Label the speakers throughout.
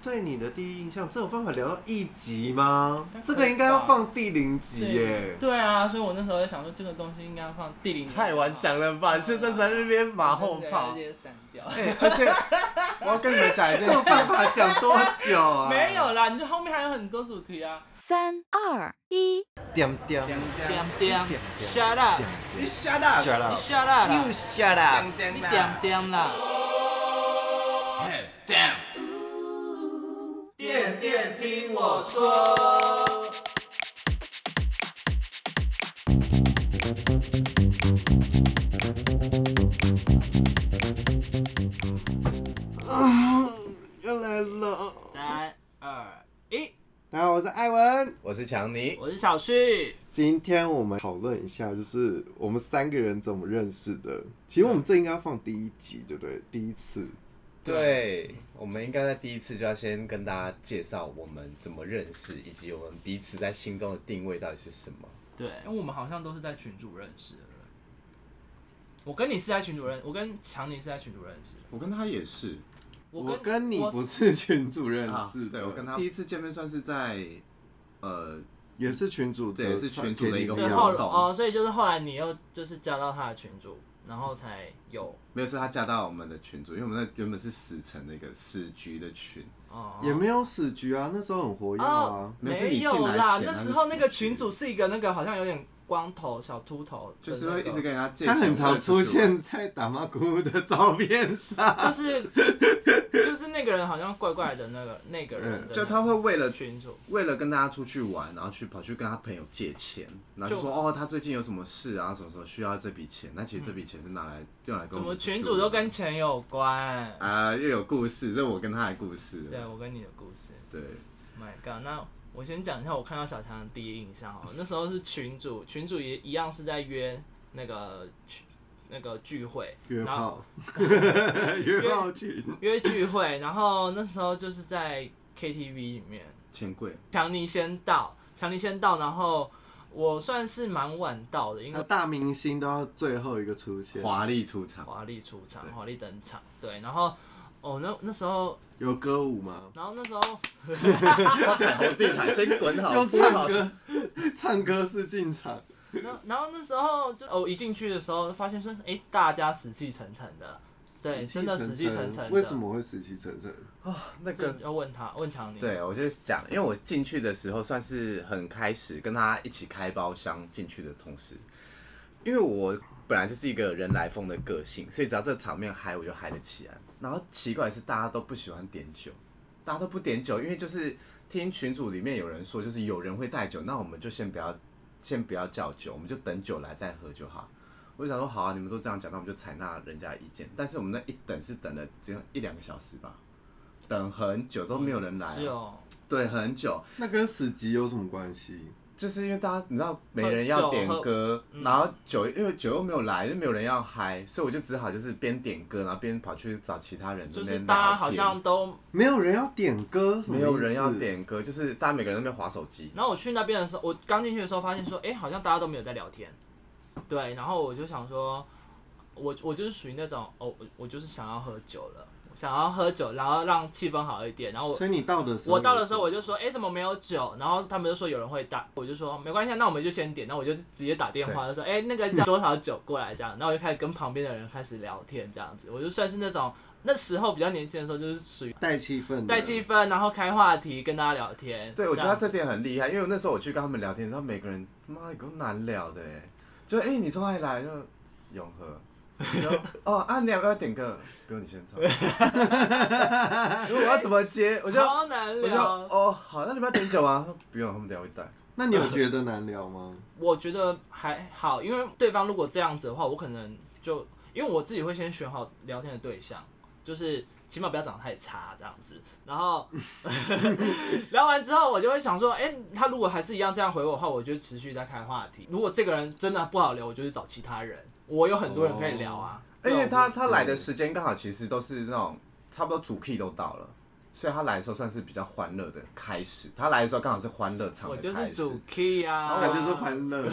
Speaker 1: 对你的第一印象，这有办法聊到一集吗
Speaker 2: 应该可以吧？
Speaker 1: 这个应该要放第零集耶。
Speaker 2: 对啊，所以我那时候在想说，这个东西应该放地理。
Speaker 3: 太晚讲了吧？现在在那边马后炮
Speaker 2: 直。接删掉。
Speaker 3: 哎，而且我要跟你们讲一
Speaker 1: 这
Speaker 3: 件
Speaker 1: 有
Speaker 3: 事，
Speaker 1: 办法讲多久啊？
Speaker 2: 没有啦，你就后面还有很多主题啊。
Speaker 4: 三二一，
Speaker 1: 点点
Speaker 2: 点点
Speaker 1: 点点
Speaker 2: ，shut up，
Speaker 3: 你 shut up，
Speaker 1: ，shut
Speaker 2: 你
Speaker 1: up，
Speaker 2: shut up，啦
Speaker 1: shut up。
Speaker 2: 你点点啦。点点听我说。
Speaker 1: 又来了。
Speaker 2: 三二一，
Speaker 1: 大家好，我是艾文。
Speaker 3: 我是强尼，
Speaker 2: 我是小旭。
Speaker 1: 今天我们讨论一下，就是我们三个人怎么认识的。其实我们这应该要放第一集，对不对？第一次。
Speaker 2: 啊
Speaker 3: 对，我们应该在第一次就要先跟大家介绍我们怎么认识，以及我们彼此在心中的定位到底是什么。
Speaker 2: 对，因为我们好像都是在群主认识的人。我跟你是在群主认，我跟强尼是在群主认识的。
Speaker 5: 我跟他也是
Speaker 2: 我
Speaker 1: 我跟你不是群主认
Speaker 2: 啊
Speaker 1: 识的，
Speaker 3: 啊
Speaker 5: 对我跟他第一次见面算是在呃，
Speaker 1: 也是群主的，
Speaker 5: 对也是群组的一个
Speaker 2: 所以
Speaker 1: 对
Speaker 2: 后
Speaker 5: 活动
Speaker 2: 哦，所以就是后来你又就是加到他的群主，然后才有
Speaker 5: 没有是他加到我们的群组，因为我们那原本是死城的一个死局的群，
Speaker 2: 哦，
Speaker 1: 也没有死局啊，那时候很活跃
Speaker 2: 哦
Speaker 1: 啊。，
Speaker 5: 没有是
Speaker 2: 没
Speaker 5: 你进来
Speaker 2: 有啦，
Speaker 5: 前啊
Speaker 2: 那
Speaker 5: 他是
Speaker 2: 时候那个
Speaker 5: 死局
Speaker 2: 群主是一个那个好像有点光头小秃头的那个，
Speaker 5: 就是会一直跟人家借
Speaker 1: 他
Speaker 5: 钱，
Speaker 1: 很常出
Speaker 5: 或者
Speaker 1: 现在打马姑的照片上，
Speaker 2: 就是 就是那个人好像怪怪的那个那个人的那
Speaker 5: 是嗯
Speaker 2: 个
Speaker 5: 就他会为了去。
Speaker 2: 群主，
Speaker 5: 为了跟大家出去玩，然后去跑去跟他朋友借钱，然后就说哦，他最近有什么事啊，什么时候需要这笔钱？那其实这笔钱是拿来用来跟
Speaker 2: 怎
Speaker 5: 我
Speaker 2: 么
Speaker 5: 们
Speaker 2: 群主都跟钱有关？
Speaker 5: 啊、又有故事，这是我跟他的故事。
Speaker 2: 对啊我跟你的故事。
Speaker 5: 对，
Speaker 2: My God，那我先讲一下我看到小强的第一印象好了，那时候是群主，群主也一样是在约那个群那个聚会，
Speaker 1: 约
Speaker 2: 然后
Speaker 1: 炮，约炮群，
Speaker 2: 约聚会，然后那时候就是在 KTV 里面，
Speaker 5: 钱柜
Speaker 2: 强尼先到，强尼先到，然后我算是蛮晚到的，因
Speaker 1: 那
Speaker 2: 为
Speaker 1: 大明星都要最后一个出现，
Speaker 5: 华丽出场，
Speaker 2: 华丽出场，
Speaker 5: 对
Speaker 2: 华丽登场，对，然后哦那那时候，
Speaker 1: 有歌舞吗？
Speaker 2: 然后那时候
Speaker 3: 彩虹地毯先滚 好，
Speaker 1: 用
Speaker 3: 铺好
Speaker 1: 唱 歌， 唱歌是进场，
Speaker 2: 然然后那时候就哦，一进去的时候发现说，哎、大家死气沉沉的，对，真的死气沉沉的。
Speaker 1: 为什？么会死气沉沉？
Speaker 3: 那
Speaker 2: 这
Speaker 3: 个
Speaker 2: 要问他，问强尼。，
Speaker 3: 对，我就讲，因为我进去的时候算是很开始跟他一起开包厢进去的同时，因为我本来就是一个人来疯的个性，所以只要这场面嗨，我就嗨得起来。然后奇怪的是，大家都不喜欢点酒，大家都不点酒，因为就是听群组里面有人说，就是有人会带酒，那我们就先不要，先不要叫酒，我们就等酒来再喝就好。我就想说，好啊，你们都这样讲，那我们就采纳人家的意见。但是我们那一等是等了只有一两个小时吧，等很久都没有人来、啊。
Speaker 2: 是哦，
Speaker 3: 对，很久，
Speaker 1: 那跟死寂有什么关系？
Speaker 3: 就是因为大家你知道没人要点歌，
Speaker 2: 嗯
Speaker 3: 然后酒因为酒又没有来，又没有人要嗨，所以我就只好就是边点歌，然后边跑去找其他人
Speaker 2: 就
Speaker 3: 这
Speaker 2: 是
Speaker 3: 边
Speaker 2: 大家
Speaker 3: 聊
Speaker 2: 好
Speaker 3: 天
Speaker 2: 像都，
Speaker 1: 没有人要点歌，什么
Speaker 3: 没有人要
Speaker 1: 意思，
Speaker 3: 点歌，就是大家每个人在那边划手机，
Speaker 2: 然后我去那边的时候，我刚进去的时候发现说，哎、好像大家都没有在聊天。对，然后我就想说，我我就是属于那种，哦，我我就是想要喝酒了，想要喝酒，然后让气氛好一点，然后我
Speaker 1: 所以你到的时候，
Speaker 2: 我到的时候我就说，哎、怎么没有酒？然后他们就说有人会带，我就说没关系，那我们就先点。那我就直接打电话就说，哎、那个叫多少酒过来这样。然后我就开始跟旁边的人开始聊天这样子，我就算是那种那时候比较年轻的时候，就是属于
Speaker 1: 带气氛的，
Speaker 2: 带气氛，然后开话题跟大家聊天。
Speaker 3: 对，我觉得他
Speaker 2: 样
Speaker 3: 这点很厉害，因为那时候我去跟他们聊天，然后每个人妈有够难聊的欸，就哎、欸你从哪里来？就永和。然后哦啊，你要不要点歌？不用你先唱。 如果我要怎么接，我就
Speaker 2: 超难
Speaker 3: 我就
Speaker 2: 聊。
Speaker 3: 哦好，那你们要点酒吗？他说 不用，他们等一下会带。
Speaker 1: 那你有觉得难聊 吗？
Speaker 2: 我觉得还好，因为对方如果这样子的话，我可能就因为我自己会先选好聊天的对象，就是起码不要长得太差这样子。然后 聊完之后，我就会想说，哎、他如果还是一样这样回我的话，我就持续在开话题。如果这个人真的不好聊，我就去找其他人。我有很多人可以聊啊。
Speaker 3: 哎因为他
Speaker 1: 对
Speaker 3: 他来的时间刚好其实都是那种差不多主 key 都到了，所以他来的时候算是比较欢乐的开始。他来的时候刚好是欢乐场
Speaker 2: 我
Speaker 3: 的
Speaker 2: 就
Speaker 3: 哦开
Speaker 2: 是
Speaker 3: 始，
Speaker 2: 主 key 啊，
Speaker 1: 他就是欢乐的，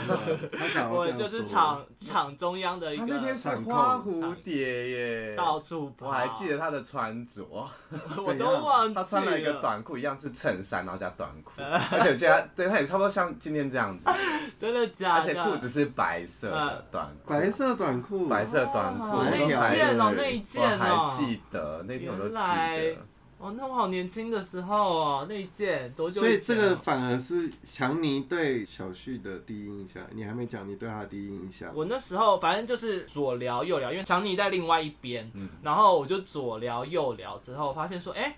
Speaker 1: 他想要
Speaker 2: 我
Speaker 1: 这样
Speaker 2: 就是
Speaker 1: 说
Speaker 2: 场场中央的一
Speaker 3: 他那天
Speaker 2: 个
Speaker 3: 是花蝴蝶耶，
Speaker 2: 到处跑，
Speaker 3: 我还记得他的穿着，
Speaker 2: 我都忘记了。
Speaker 3: 他穿了一个短裤，一样是衬衫，然后加短 裤，而且我记得他对他也差不多像今天这样
Speaker 2: 啊
Speaker 3: 子，
Speaker 2: 真的假
Speaker 3: 而
Speaker 2: 的？
Speaker 3: 且裤子是白色的短裤，
Speaker 1: 白色短裤，
Speaker 3: 白色短裤，
Speaker 2: 哦
Speaker 3: 我
Speaker 1: 那
Speaker 3: 都
Speaker 1: 一
Speaker 3: 白
Speaker 1: 件
Speaker 2: 哦
Speaker 3: 了
Speaker 2: 那一件
Speaker 3: 我
Speaker 2: 哦
Speaker 3: 还记得那天我都记
Speaker 2: 原来
Speaker 3: 得。
Speaker 2: 哦，那我好年轻的时候哦，那一件多久
Speaker 1: 所以
Speaker 2: 以
Speaker 1: 这
Speaker 2: 前哦？
Speaker 1: 个反而是强尼对小旭的第一印象，你还没讲你对他的第一印象。
Speaker 2: 我那时候反正就是左聊右聊，因为强尼在另外一边，
Speaker 1: 嗯
Speaker 2: 然后我就左聊右聊，之后发现说，哎、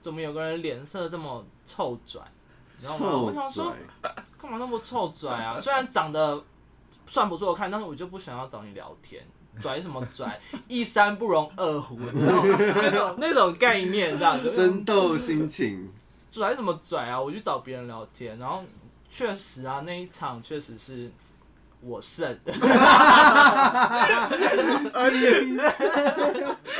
Speaker 2: 怎么有个人脸色这么臭拽？你知道吗？
Speaker 1: 臭
Speaker 2: 我想说，
Speaker 1: 拽，
Speaker 2: 干嘛那么臭拽 啊？虽然长得算不错看，但是我就不想要找你聊天。拽是什么拽？一山不容二虎，你知道吗？那种那种概念这样子。
Speaker 1: 争斗心情，
Speaker 2: 拽什么拽啊？我去找别人聊天，然后确实啊，那一场确实是我胜。
Speaker 3: 而且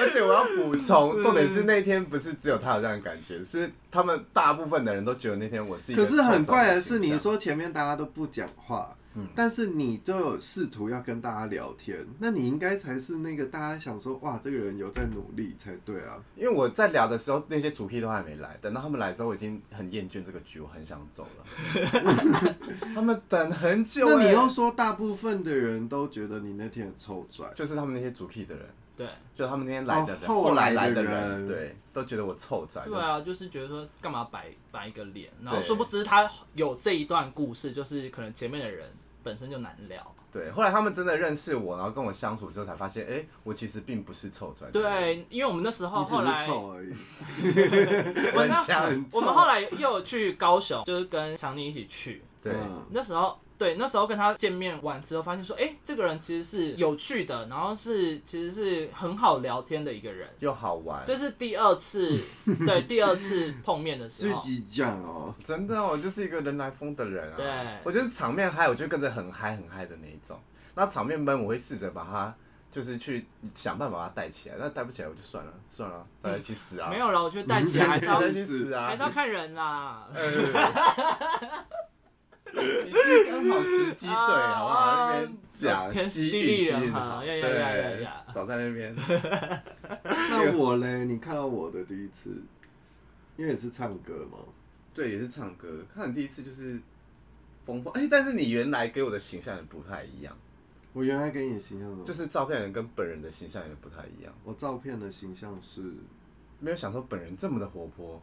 Speaker 3: 而且我要补
Speaker 2: 嗯
Speaker 3: 充，重点是那天不是只有他有这样的感觉，是他们大部分的人都觉得那天我
Speaker 2: 嗯
Speaker 3: 是一个
Speaker 1: 可
Speaker 3: 臭
Speaker 1: 是
Speaker 3: 臭的形
Speaker 1: 很
Speaker 3: 象。
Speaker 1: 怪的是，你说前面大家都不讲话，
Speaker 2: 嗯
Speaker 1: 但是你就有试图要跟大家聊天，那你应该才是那个大家想说哇，这个人有在努力才对啊。
Speaker 3: 因为我在聊的时候，那些主 key 都还没来，等到他们来之后，我已经很厌倦这个局，我很想走 了。他们等很久、欸，
Speaker 1: 那你又说大部分的人都觉得你那天很臭拽，
Speaker 3: 就是他们那些主 key 的人，
Speaker 2: 对
Speaker 3: 就他们那天来的人，
Speaker 1: 哦后
Speaker 3: 来
Speaker 1: 来
Speaker 3: 来
Speaker 1: 的
Speaker 3: 人，
Speaker 1: 人
Speaker 3: 对，都觉得我臭拽。
Speaker 2: 对啊，就是觉得说干嘛摆摆一个脸，然后
Speaker 3: 对
Speaker 2: 殊不知他有这一段故事，就是可能前面的人本身就难聊。
Speaker 3: 对，后来他们真的认识我，然后跟我相处之后才发现，哎、我其实并不是臭拽。，
Speaker 2: 对，因为我们那时候
Speaker 1: 你只
Speaker 2: 哦后来
Speaker 1: 是臭而已。
Speaker 2: 我
Speaker 3: 很
Speaker 2: 那
Speaker 3: 像。
Speaker 1: 嗯
Speaker 2: 我们后来又有去高雄，就是跟强尼一起去，
Speaker 3: 对，
Speaker 1: 嗯
Speaker 2: 那时候对，那时候跟他见面完之后，发现说，哎、这个人其实是有趣的，然后是其实是很好聊天的一个人。
Speaker 3: 又好玩。
Speaker 2: 这是第二次，对，第二次碰面的时
Speaker 1: 是
Speaker 2: 候，
Speaker 1: 激将哦，
Speaker 3: 真的，我就是一个人来疯的人啊。
Speaker 2: 对
Speaker 3: 我就是场面嗨，我就跟着很嗨很嗨的那一种。那场面闷，我会试着把它，就是去想办法把它带起来。那带不起来，我就算了，算了，大家去死啊！
Speaker 2: 没有了，我觉得带起来还是
Speaker 3: 大
Speaker 2: 要
Speaker 3: 家去死啊！
Speaker 2: 还是要看人啦。
Speaker 3: 你是刚好时机对，
Speaker 2: 啊
Speaker 3: 好不好？那边
Speaker 2: 啊
Speaker 3: 讲
Speaker 2: 天时
Speaker 3: 机
Speaker 2: 地
Speaker 3: 引
Speaker 2: 利
Speaker 3: 机
Speaker 2: 人
Speaker 3: 引
Speaker 2: 和
Speaker 3: 好，
Speaker 2: 呀
Speaker 3: 对
Speaker 2: 呀呀呀呀，
Speaker 3: 少在那 边。
Speaker 1: 那我嘞，你看到我的第一次，因为也是唱歌嘛，
Speaker 3: 对，也是唱歌。看你第一次就是疯疯，哎、但是你原来给我的形象也不太一样，
Speaker 1: 我原来给你的形象是什么
Speaker 3: 就是照片人跟本人的形象有点不太一样。
Speaker 1: 我照片的形象是，
Speaker 3: 没有想说本人这么的活泼，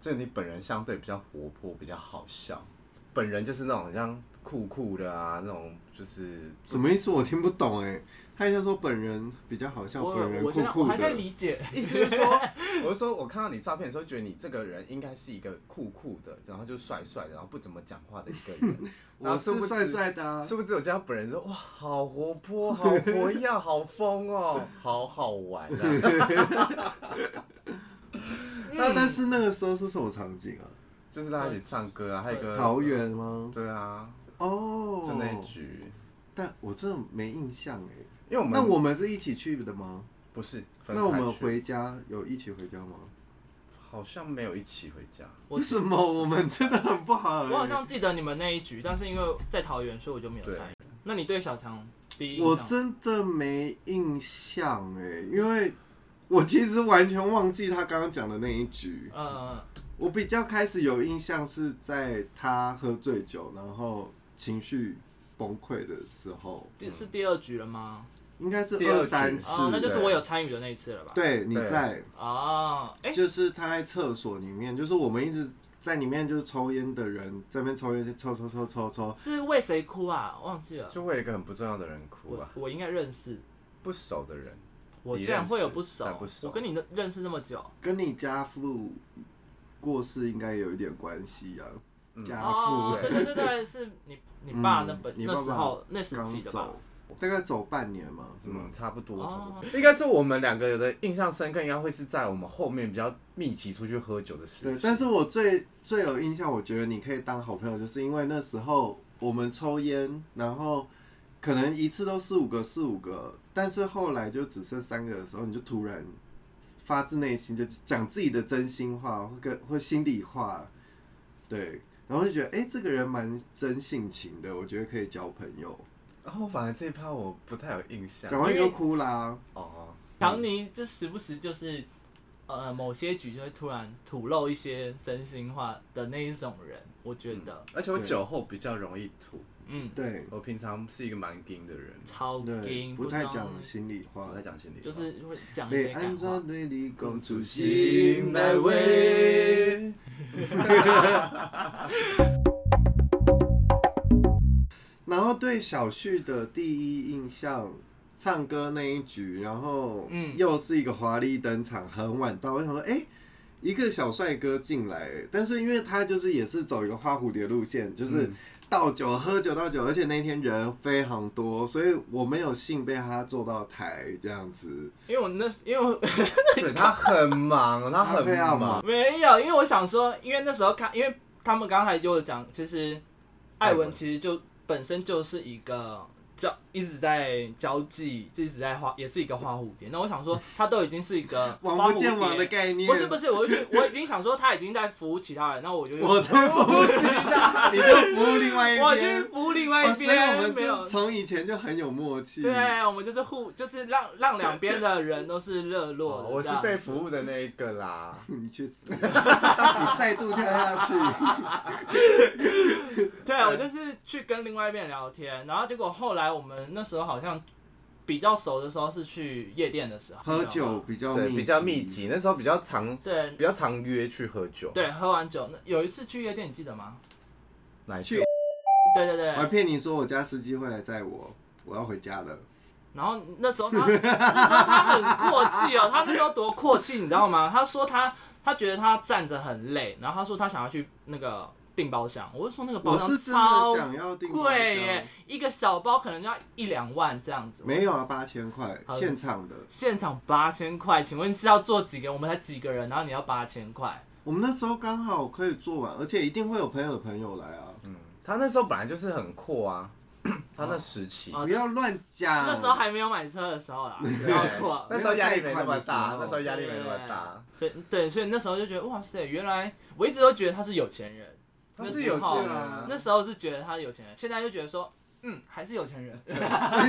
Speaker 3: 就是你本人相对比较活泼，比较好笑。本人就是那种很像酷酷的啊，那种就是
Speaker 1: 什么意思？我听不懂哎。他一下说本人比较好笑，
Speaker 2: 我
Speaker 1: 本人
Speaker 2: 我
Speaker 1: 酷
Speaker 2: 现在我
Speaker 1: 酷
Speaker 2: 还在
Speaker 1: 的。
Speaker 2: 理解，
Speaker 3: 意思就是说，我就说我看到你照片的时候，觉得你这个人应该是一个酷酷的，然后就帅帅的，然后不怎么讲话的一个 人。
Speaker 1: 我
Speaker 3: 然后啊殊
Speaker 1: 是
Speaker 3: 不知
Speaker 1: 帅帅的啊，
Speaker 3: 殊不知我见到本人说，哇，好活泼，好活跃，好疯哦，好好 玩啊！
Speaker 2: 嗯
Speaker 1: 那但是那个时候是什么场景啊？
Speaker 3: 就是大家一起唱歌啊，还有一个
Speaker 1: 桃，园吗？
Speaker 3: 对啊，
Speaker 1: 哦，
Speaker 3: 就那一局，
Speaker 1: 但我真的没印象哎。
Speaker 3: 因为我们
Speaker 1: 那我们是一起去的吗？
Speaker 3: 不是，分
Speaker 1: 那我
Speaker 3: 开
Speaker 1: 们
Speaker 3: 去
Speaker 1: 回家有一起回家吗？
Speaker 3: 好像没有一起回家，
Speaker 2: 我
Speaker 1: 为什么我们真的很不好欸？
Speaker 2: 我好像记得你们那一局，但是因为在桃园，所以我就没有
Speaker 3: 对
Speaker 2: 参与。那你对小强第一
Speaker 1: 我
Speaker 2: 印象？
Speaker 1: 真的没印象哎，因为我其实完全忘记他刚刚讲的那一局。
Speaker 2: 呃，
Speaker 1: 我比较开始有印象是在他喝醉酒，然后情绪崩溃的时候，
Speaker 2: 第是第二局了吗？
Speaker 1: 应该是
Speaker 3: 第二
Speaker 1: 二
Speaker 3: 局
Speaker 1: 三
Speaker 3: 是
Speaker 1: 次
Speaker 2: 哦，，那就是
Speaker 3: 对
Speaker 2: 我有参与的那一次了吧？
Speaker 1: 对你
Speaker 3: 对
Speaker 1: 在，
Speaker 2: 哦，哎，
Speaker 1: 就是他在厕所里面，就是我们一直在里面就是抽烟的人在那边抽烟，抽抽抽抽抽，
Speaker 2: 是为谁哭啊？忘记了，
Speaker 3: 就为了一个很不重要的人哭
Speaker 2: 我
Speaker 3: 啊，
Speaker 2: 我应该认识。
Speaker 3: 不熟的人，
Speaker 2: 我
Speaker 3: 你
Speaker 2: 竟然
Speaker 3: 认
Speaker 2: 会有
Speaker 3: 识
Speaker 2: 不熟
Speaker 3: 但不，熟
Speaker 2: 我跟你认认识那么久，
Speaker 1: 跟你家父过世应该有一点关系啊，
Speaker 3: 嗯
Speaker 1: 家
Speaker 2: 哦，
Speaker 1: 父
Speaker 2: 对对对对，是你你爸那本
Speaker 1: 嗯你
Speaker 2: 那
Speaker 1: 爸爸
Speaker 2: 时候那时期
Speaker 1: 刚
Speaker 2: 的吧？
Speaker 1: 走，大概走半年嘛，是吗
Speaker 3: 嗯，？差不多，差
Speaker 2: 哦
Speaker 3: 不多。应该是我们两个的印象深刻，应该会是在我们后面比较密集出去喝酒的时
Speaker 1: 对
Speaker 3: 期。，
Speaker 1: 但是我最最有印象，我觉得你可以当好朋友，就是因为那时候我们抽烟，然后可能一次都四五个、四五个，但是后来就只剩三个的时候，你就突然发自内心就讲自己的真心话或跟或心里话，对，然后就觉得哎、诶这个人蛮真性情的，我觉得可以交朋友。啊
Speaker 3: 然后反而这一趴我不太有印象
Speaker 1: 讲完就哭啦，
Speaker 3: 哦，
Speaker 2: 强尼就时不时就是，呃，某些局就会突然吐露一些真心话的那一种人，我觉得，
Speaker 3: 而且我
Speaker 1: 对
Speaker 3: 酒后比较容易吐，
Speaker 2: 嗯，
Speaker 1: 嗯对
Speaker 3: 我平常是一个蛮硬的人，
Speaker 2: 超
Speaker 1: 对，
Speaker 2: 硬，
Speaker 1: 哦不
Speaker 2: 不
Speaker 1: 太
Speaker 2: 知道
Speaker 1: 讲心里话
Speaker 3: 我。在讲心里话，
Speaker 2: 就是会讲一
Speaker 1: 被
Speaker 2: 些
Speaker 1: 安
Speaker 2: 感话
Speaker 1: 装。对你共出
Speaker 3: 心
Speaker 1: 心
Speaker 3: 来
Speaker 1: 来
Speaker 3: 为
Speaker 1: 为。然后对小旭的第一印象，唱歌那一局，然后
Speaker 2: 嗯
Speaker 1: 又是一个华丽登场，很晚到。我想说，哎、一个小帅哥进来，但是因为他就是也是走一个花蝴蝶路线，就是倒酒、喝酒倒酒，而且那天人非常多，所以我没有幸被他坐到台这样子。
Speaker 2: 因为我那时因为我
Speaker 3: 对他很 忙，他
Speaker 1: 他非常
Speaker 3: 很
Speaker 1: 忙
Speaker 2: 没有，因为我想说，因为那时候看，因为他们刚才就有讲，其实艾文其实就本身就是一个交一直在交际，就一直在画，也是一个花蝴蝶。那我想说，他都已经是 一个花
Speaker 1: 王
Speaker 2: 蝴
Speaker 1: 不
Speaker 2: 蝶
Speaker 1: 见王的概念，
Speaker 2: 不是不是，我就觉我已经想说他已经在服务其他人，那我就
Speaker 1: 我在服务其他，你在服务另外一边。
Speaker 2: 我去服务另外
Speaker 1: 哦
Speaker 2: 一
Speaker 1: 所以我
Speaker 2: 边，
Speaker 1: 们
Speaker 2: 没有
Speaker 1: 这从以前就很有默契。
Speaker 2: 对，啊我们就是互，就是让让两边的人都是热络
Speaker 3: 哦
Speaker 2: 的。
Speaker 3: 我是
Speaker 2: 这样
Speaker 3: 被服务的那一个啦。
Speaker 1: 你去死！你再度跳下 去。
Speaker 2: 对，
Speaker 1: 呃
Speaker 2: 我就是去跟另外一边聊天，然后结果后来我们那时候好像比较熟的时候是去夜店的时候
Speaker 1: 喝酒，比较
Speaker 3: 对，比较密。集，那时候比较常
Speaker 2: 你知道吗
Speaker 3: 比较常约去喝酒。
Speaker 2: 对，对，喝完酒那有一次去夜店，你记得吗？
Speaker 3: 哪一次
Speaker 1: 去？
Speaker 2: 对对
Speaker 1: 我还
Speaker 2: 对，
Speaker 1: 骗你说我家司机会来载我，我要回家了。
Speaker 2: 然后那时候他那时候他很阔气哦，他那时候多阔气，你知道吗？他说他他觉得他站着很累，然后他说他想要去那个订包厢，我就说那个包
Speaker 1: 我
Speaker 2: 厢
Speaker 1: 是真
Speaker 2: 哦超
Speaker 1: 的想要订包
Speaker 2: 贵
Speaker 1: 厢，，
Speaker 2: 耶一个小包可能要一两万这样子。
Speaker 1: 没有啊，八千块
Speaker 2: 好的
Speaker 1: 现场的。
Speaker 2: 现场八千块，请问是要做几个人？我们才几个人，然后你要八千块？
Speaker 1: 我们那时候刚好可以做完，而且一定会有朋友的朋友来啊！
Speaker 2: 嗯
Speaker 3: 他那时候本来就是很阔啊， 他那时期。
Speaker 2: 哦
Speaker 1: 不要乱
Speaker 3: 嗯
Speaker 1: 讲。
Speaker 2: 那时候还没有买车的时候啦， 不
Speaker 3: 对
Speaker 2: 要过。
Speaker 3: 那时候压力没那么
Speaker 1: 没有贷款的时
Speaker 3: 大
Speaker 1: 候，啊
Speaker 3: 那时候压力没那么大。
Speaker 2: 所以对，所以那时候就觉得哇塞，原来我一直都觉得他是有钱人，
Speaker 3: 他是有
Speaker 2: 那
Speaker 3: 钱
Speaker 2: 时候
Speaker 1: 啊
Speaker 2: 那时候是觉得他是有钱人，现在就觉得说，嗯，还是有钱人。
Speaker 1: 为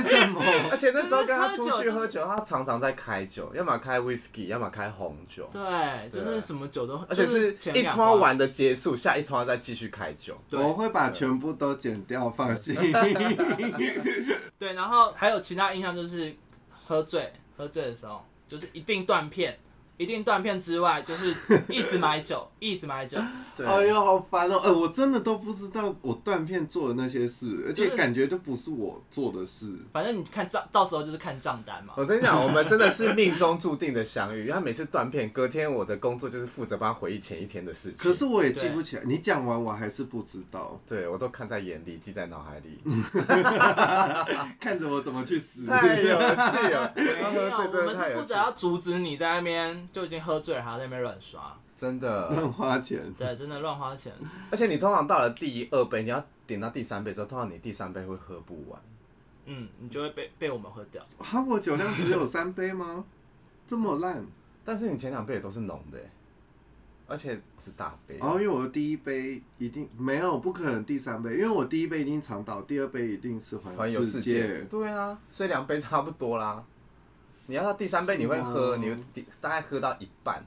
Speaker 1: 什么？
Speaker 3: 而且那时候跟他出
Speaker 2: 就是
Speaker 3: 去
Speaker 2: 喝
Speaker 3: 喝
Speaker 2: 酒
Speaker 3: 酒，他常常在开酒，要么开 whisky，要么开红酒，
Speaker 2: 对，就是什么酒都，
Speaker 3: 而且
Speaker 2: 就是前
Speaker 3: 一
Speaker 2: 两
Speaker 3: 拖
Speaker 2: 罐，
Speaker 3: 完的结束，下一拖再继续开酒。
Speaker 1: 我
Speaker 2: 对
Speaker 1: 会把全部都剪掉，放 心。
Speaker 2: 对，然后还有其他印象就是喝醉，喝醉的时候就是一定断片，一定断片之外，就是一直买酒， 一直买酒。
Speaker 3: 对，
Speaker 1: 哎呦，好烦哦！哎、我真的都不知道我断片做的那些事，而且感觉都不是我做的事。
Speaker 2: 反正你看账，到时候就是看账单嘛。
Speaker 3: 我跟你讲，我们真的是命中注定的相遇。因为他每次断片，隔天我的工作就是负责帮他回忆前一天的事情。
Speaker 1: 可是我也记不起来，你讲完我还是不知道，
Speaker 3: 对我都看在眼里，记在脑海里，
Speaker 1: 看着我怎么去 死。
Speaker 3: 太有趣 了。刚
Speaker 2: 哎没有，
Speaker 3: 呃喝醉
Speaker 2: 我
Speaker 3: 真
Speaker 2: 们
Speaker 3: 的太
Speaker 2: 是负
Speaker 3: 有趣
Speaker 2: 责，要阻止你在那边就已经喝醉了，还要在那边乱刷，
Speaker 3: 真的。
Speaker 1: 乱花钱，
Speaker 2: 对，真的乱花钱。
Speaker 3: 而且你通常到了第二杯，你要点到第三杯之后，通常你第三杯会喝不完。
Speaker 2: 嗯，你就会被被我们喝掉。
Speaker 1: 哈，我酒量只有三杯吗？这么烂？
Speaker 3: 但是你前两杯也都是浓的欸，而且是大杯。啊
Speaker 1: 然后、哦因为我的第一杯一定没有，不可能第三杯，因为我第一杯一定长岛，第二杯一定是环
Speaker 3: 环游
Speaker 1: 世
Speaker 3: 世界，。哦对啊，所以两杯差不多啦。你要到第三杯你会喝，
Speaker 1: 嗯
Speaker 3: 你第大概喝到一半，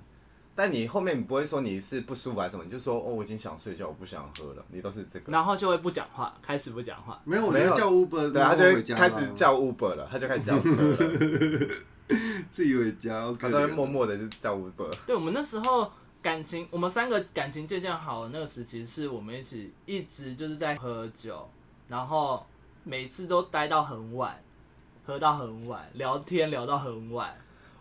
Speaker 3: 但你后面你不会说你是不舒服还是什么，你就说哦我已经想睡觉，我不想喝了，你都是这个。
Speaker 2: 然后就会不讲话，开始不讲话。
Speaker 1: 没有，我
Speaker 3: 没有
Speaker 1: 就叫 Uber，
Speaker 3: 对，
Speaker 1: 然
Speaker 3: 他
Speaker 1: 后
Speaker 3: 就
Speaker 1: 回
Speaker 3: 会
Speaker 1: 家
Speaker 3: 开
Speaker 1: 啦
Speaker 3: 始叫 Uber 了，他就开始叫车了，
Speaker 1: 自己回家，好可
Speaker 3: 他
Speaker 1: 怜
Speaker 3: 都会默默的就叫 Uber。
Speaker 2: 对我们那时候感情，我们三个感情渐渐好的那个时期，是我们一起一直就是在喝酒，然后每次都待到很晚，喝到很晚，聊天聊到很晚。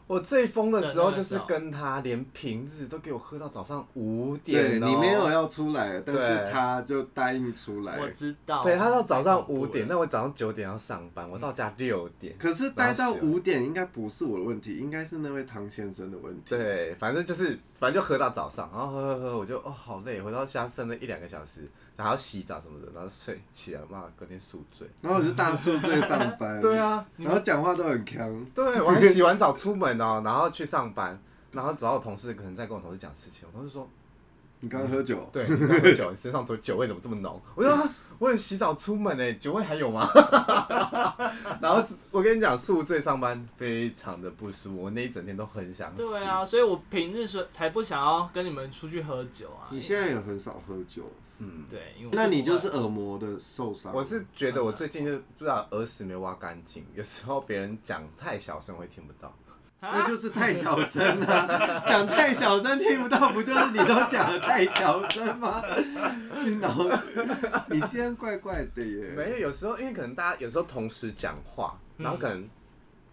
Speaker 3: 我最疯的时
Speaker 2: 对
Speaker 3: 候
Speaker 2: 那
Speaker 3: 就
Speaker 2: 个时
Speaker 3: 是
Speaker 2: 候
Speaker 3: 跟他连平日都给我喝到早上五
Speaker 1: 对
Speaker 3: 点、哦，
Speaker 1: 你没有要出来，但是
Speaker 3: 对
Speaker 1: 他就答应出来。
Speaker 2: 我知道，
Speaker 3: 对他到早上五
Speaker 2: 太恐
Speaker 3: 点，
Speaker 2: 怖了嗯
Speaker 3: 但我早上九点要上班，我到家六点。
Speaker 1: 可是待到
Speaker 3: 然后洗了
Speaker 1: 五点应该不是我的问题，应该是那位唐先生的问题。
Speaker 3: 对，反正就是，反正就喝到早上，然后喝喝喝，我就哦好累，回到家剩了一两个小时，然后洗澡什么的，然后睡起来，妈隔天宿醉。
Speaker 1: 然后我就大宿醉上
Speaker 2: 嗯
Speaker 1: 班，
Speaker 3: 对，啊，
Speaker 1: 然后讲话都很强，
Speaker 3: 对我还洗完澡出门哦，然后去上班，然后只要我同事可能在跟我同事讲事情，我同事说，
Speaker 1: 你刚刚喝酒，
Speaker 3: 对，你在喝酒，你身上酒酒味怎么这么浓？我说、啊、我很洗澡出门诶、欸酒味还有吗？ 然后我跟你讲，宿醉上班非常的不舒服，我那一整天都很想死。
Speaker 2: 对啊，所以我平日说才不想要跟你们出去喝酒啊。
Speaker 1: 你现在也很少喝酒，
Speaker 3: 嗯，
Speaker 2: 对，因为我
Speaker 1: 那你就是
Speaker 2: 不会
Speaker 1: 耳膜的受伤。
Speaker 3: 我是觉得我最近就不知道耳屎没有挖干净，有时候别人讲太小声我会听不到。
Speaker 1: 那
Speaker 2: 啊，
Speaker 1: 就是太小声了、 讲太小声听不到，不就是你都讲的太小声吗？你脑，你今天怪怪的耶。
Speaker 3: 没有，有时候因为可能大家有时候同时讲话，
Speaker 2: 嗯
Speaker 3: 然后可能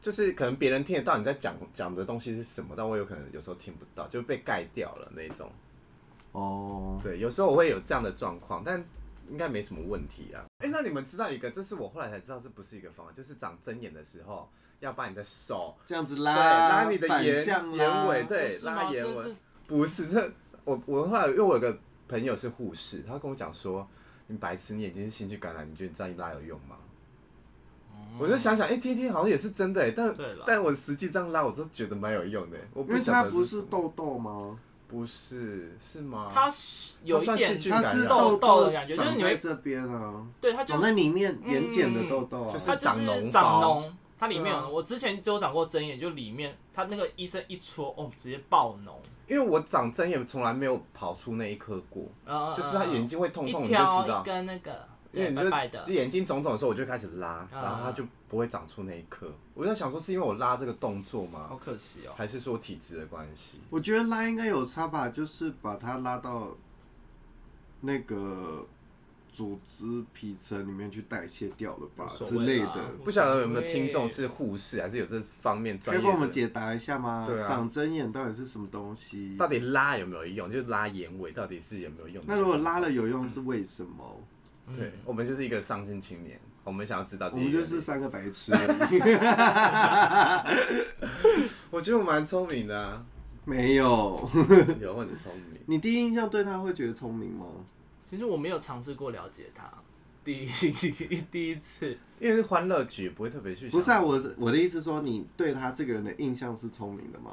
Speaker 3: 就是可能别人听得到你在讲讲的东西是什么，但我有可能有时候听不到，就被盖掉了那种。
Speaker 1: 哦，
Speaker 3: 对，有时候我会有这样的状况，但应该没什么问题啊。哎、那你们知道一个，这是我后来才知道这不是一个方法，就是长针眼的时候要把你的手
Speaker 1: 这样子
Speaker 3: 对
Speaker 1: 拉
Speaker 3: 拉你的
Speaker 1: 啊反
Speaker 3: 眼
Speaker 1: 向啦
Speaker 3: 眼尾，对，
Speaker 2: 是吗
Speaker 3: 拉眼
Speaker 2: 这
Speaker 3: 尾
Speaker 2: 是。
Speaker 3: 不是，这我我后来因为我有个朋友是护士，他跟我讲说，你白痴，你眼睛是心肌感染，你觉得你这样一拉有用吗？我就想想，哎、天天好像也是真的哎，但
Speaker 2: 对了，
Speaker 3: 但我实际这样拉，我都觉得蛮有用的。我
Speaker 1: 因
Speaker 3: 不
Speaker 1: 为
Speaker 3: 晓
Speaker 1: 它
Speaker 3: 得
Speaker 1: 不
Speaker 3: 是
Speaker 1: 是
Speaker 3: 什么，
Speaker 1: 痘痘吗？
Speaker 3: 不是是吗？
Speaker 2: 它有一
Speaker 3: 它算
Speaker 2: 点
Speaker 3: 细菌
Speaker 1: 它
Speaker 3: 感哦
Speaker 1: 是
Speaker 3: 染
Speaker 1: 痘
Speaker 2: 痘的感觉就是
Speaker 1: 长
Speaker 2: 你
Speaker 1: 在
Speaker 2: 会
Speaker 1: 这边啊，
Speaker 2: 对
Speaker 3: 哦
Speaker 2: 它就
Speaker 1: 长在里面眼睑的痘痘啊。
Speaker 3: 就是
Speaker 2: 它就
Speaker 3: 长脓
Speaker 2: 是
Speaker 3: 包
Speaker 2: 长脓，它里面
Speaker 1: 对
Speaker 2: 有
Speaker 1: 啊
Speaker 2: 脓。
Speaker 3: 嗯
Speaker 2: 我之前就有长过针眼，就里面它那个医生一戳，哦，直接爆脓。
Speaker 3: 因为我长针眼从来没有跑出那一颗过，
Speaker 2: 嗯，嗯
Speaker 3: 就是他
Speaker 2: 嗯嗯
Speaker 3: 眼睛会痛
Speaker 2: 一
Speaker 3: 痛，你就知
Speaker 2: 挑一
Speaker 3: 道，
Speaker 2: 根那个，
Speaker 3: 因
Speaker 2: 对，
Speaker 3: 为你
Speaker 2: 白
Speaker 3: 就
Speaker 2: 白的
Speaker 3: 就。眼睛肿肿的时候，我就开始拉，
Speaker 2: 嗯
Speaker 3: 然后它就不会长出那一颗。我在想说，是因为我拉这个动作
Speaker 2: 好
Speaker 3: 吗？
Speaker 2: 可惜哦。
Speaker 3: 还是说体质的关系？
Speaker 1: 我觉得拉应该有差吧，就是把它拉到那个组织皮层里面去代谢掉了
Speaker 3: 啊
Speaker 1: 吧
Speaker 2: 无
Speaker 1: 之
Speaker 2: 所谓啊
Speaker 1: 类
Speaker 2: 啦
Speaker 1: 的。
Speaker 3: 不晓得有没有听众是护士，还是有这方面
Speaker 1: 可
Speaker 3: 专
Speaker 1: 以
Speaker 3: 业
Speaker 1: 帮我们
Speaker 3: 的？
Speaker 1: 解答一下吗？
Speaker 3: 对啊
Speaker 1: 长针眼到底是什么东西？
Speaker 3: 到底拉有没有用？就是拉眼尾到底是有没有用？
Speaker 1: 那如果拉了，有用是为什么？
Speaker 2: 嗯
Speaker 3: 对我们就是一个上进青年，我们想要知道
Speaker 1: 我
Speaker 3: 自己
Speaker 1: 们
Speaker 3: 的原理。
Speaker 1: 就是三个白痴而已，
Speaker 3: 我觉得我蛮聪明的啊，
Speaker 1: 没有。
Speaker 3: 有我很聪明。
Speaker 1: 你第一印象对他会觉得聪明吗？
Speaker 2: 其实我没有尝试过了解它，第一 第一次，
Speaker 3: 因为是欢乐局，不会特别去想。
Speaker 1: 不是啊，我是我的意思说，你对他这个人的印象是聪明的吗？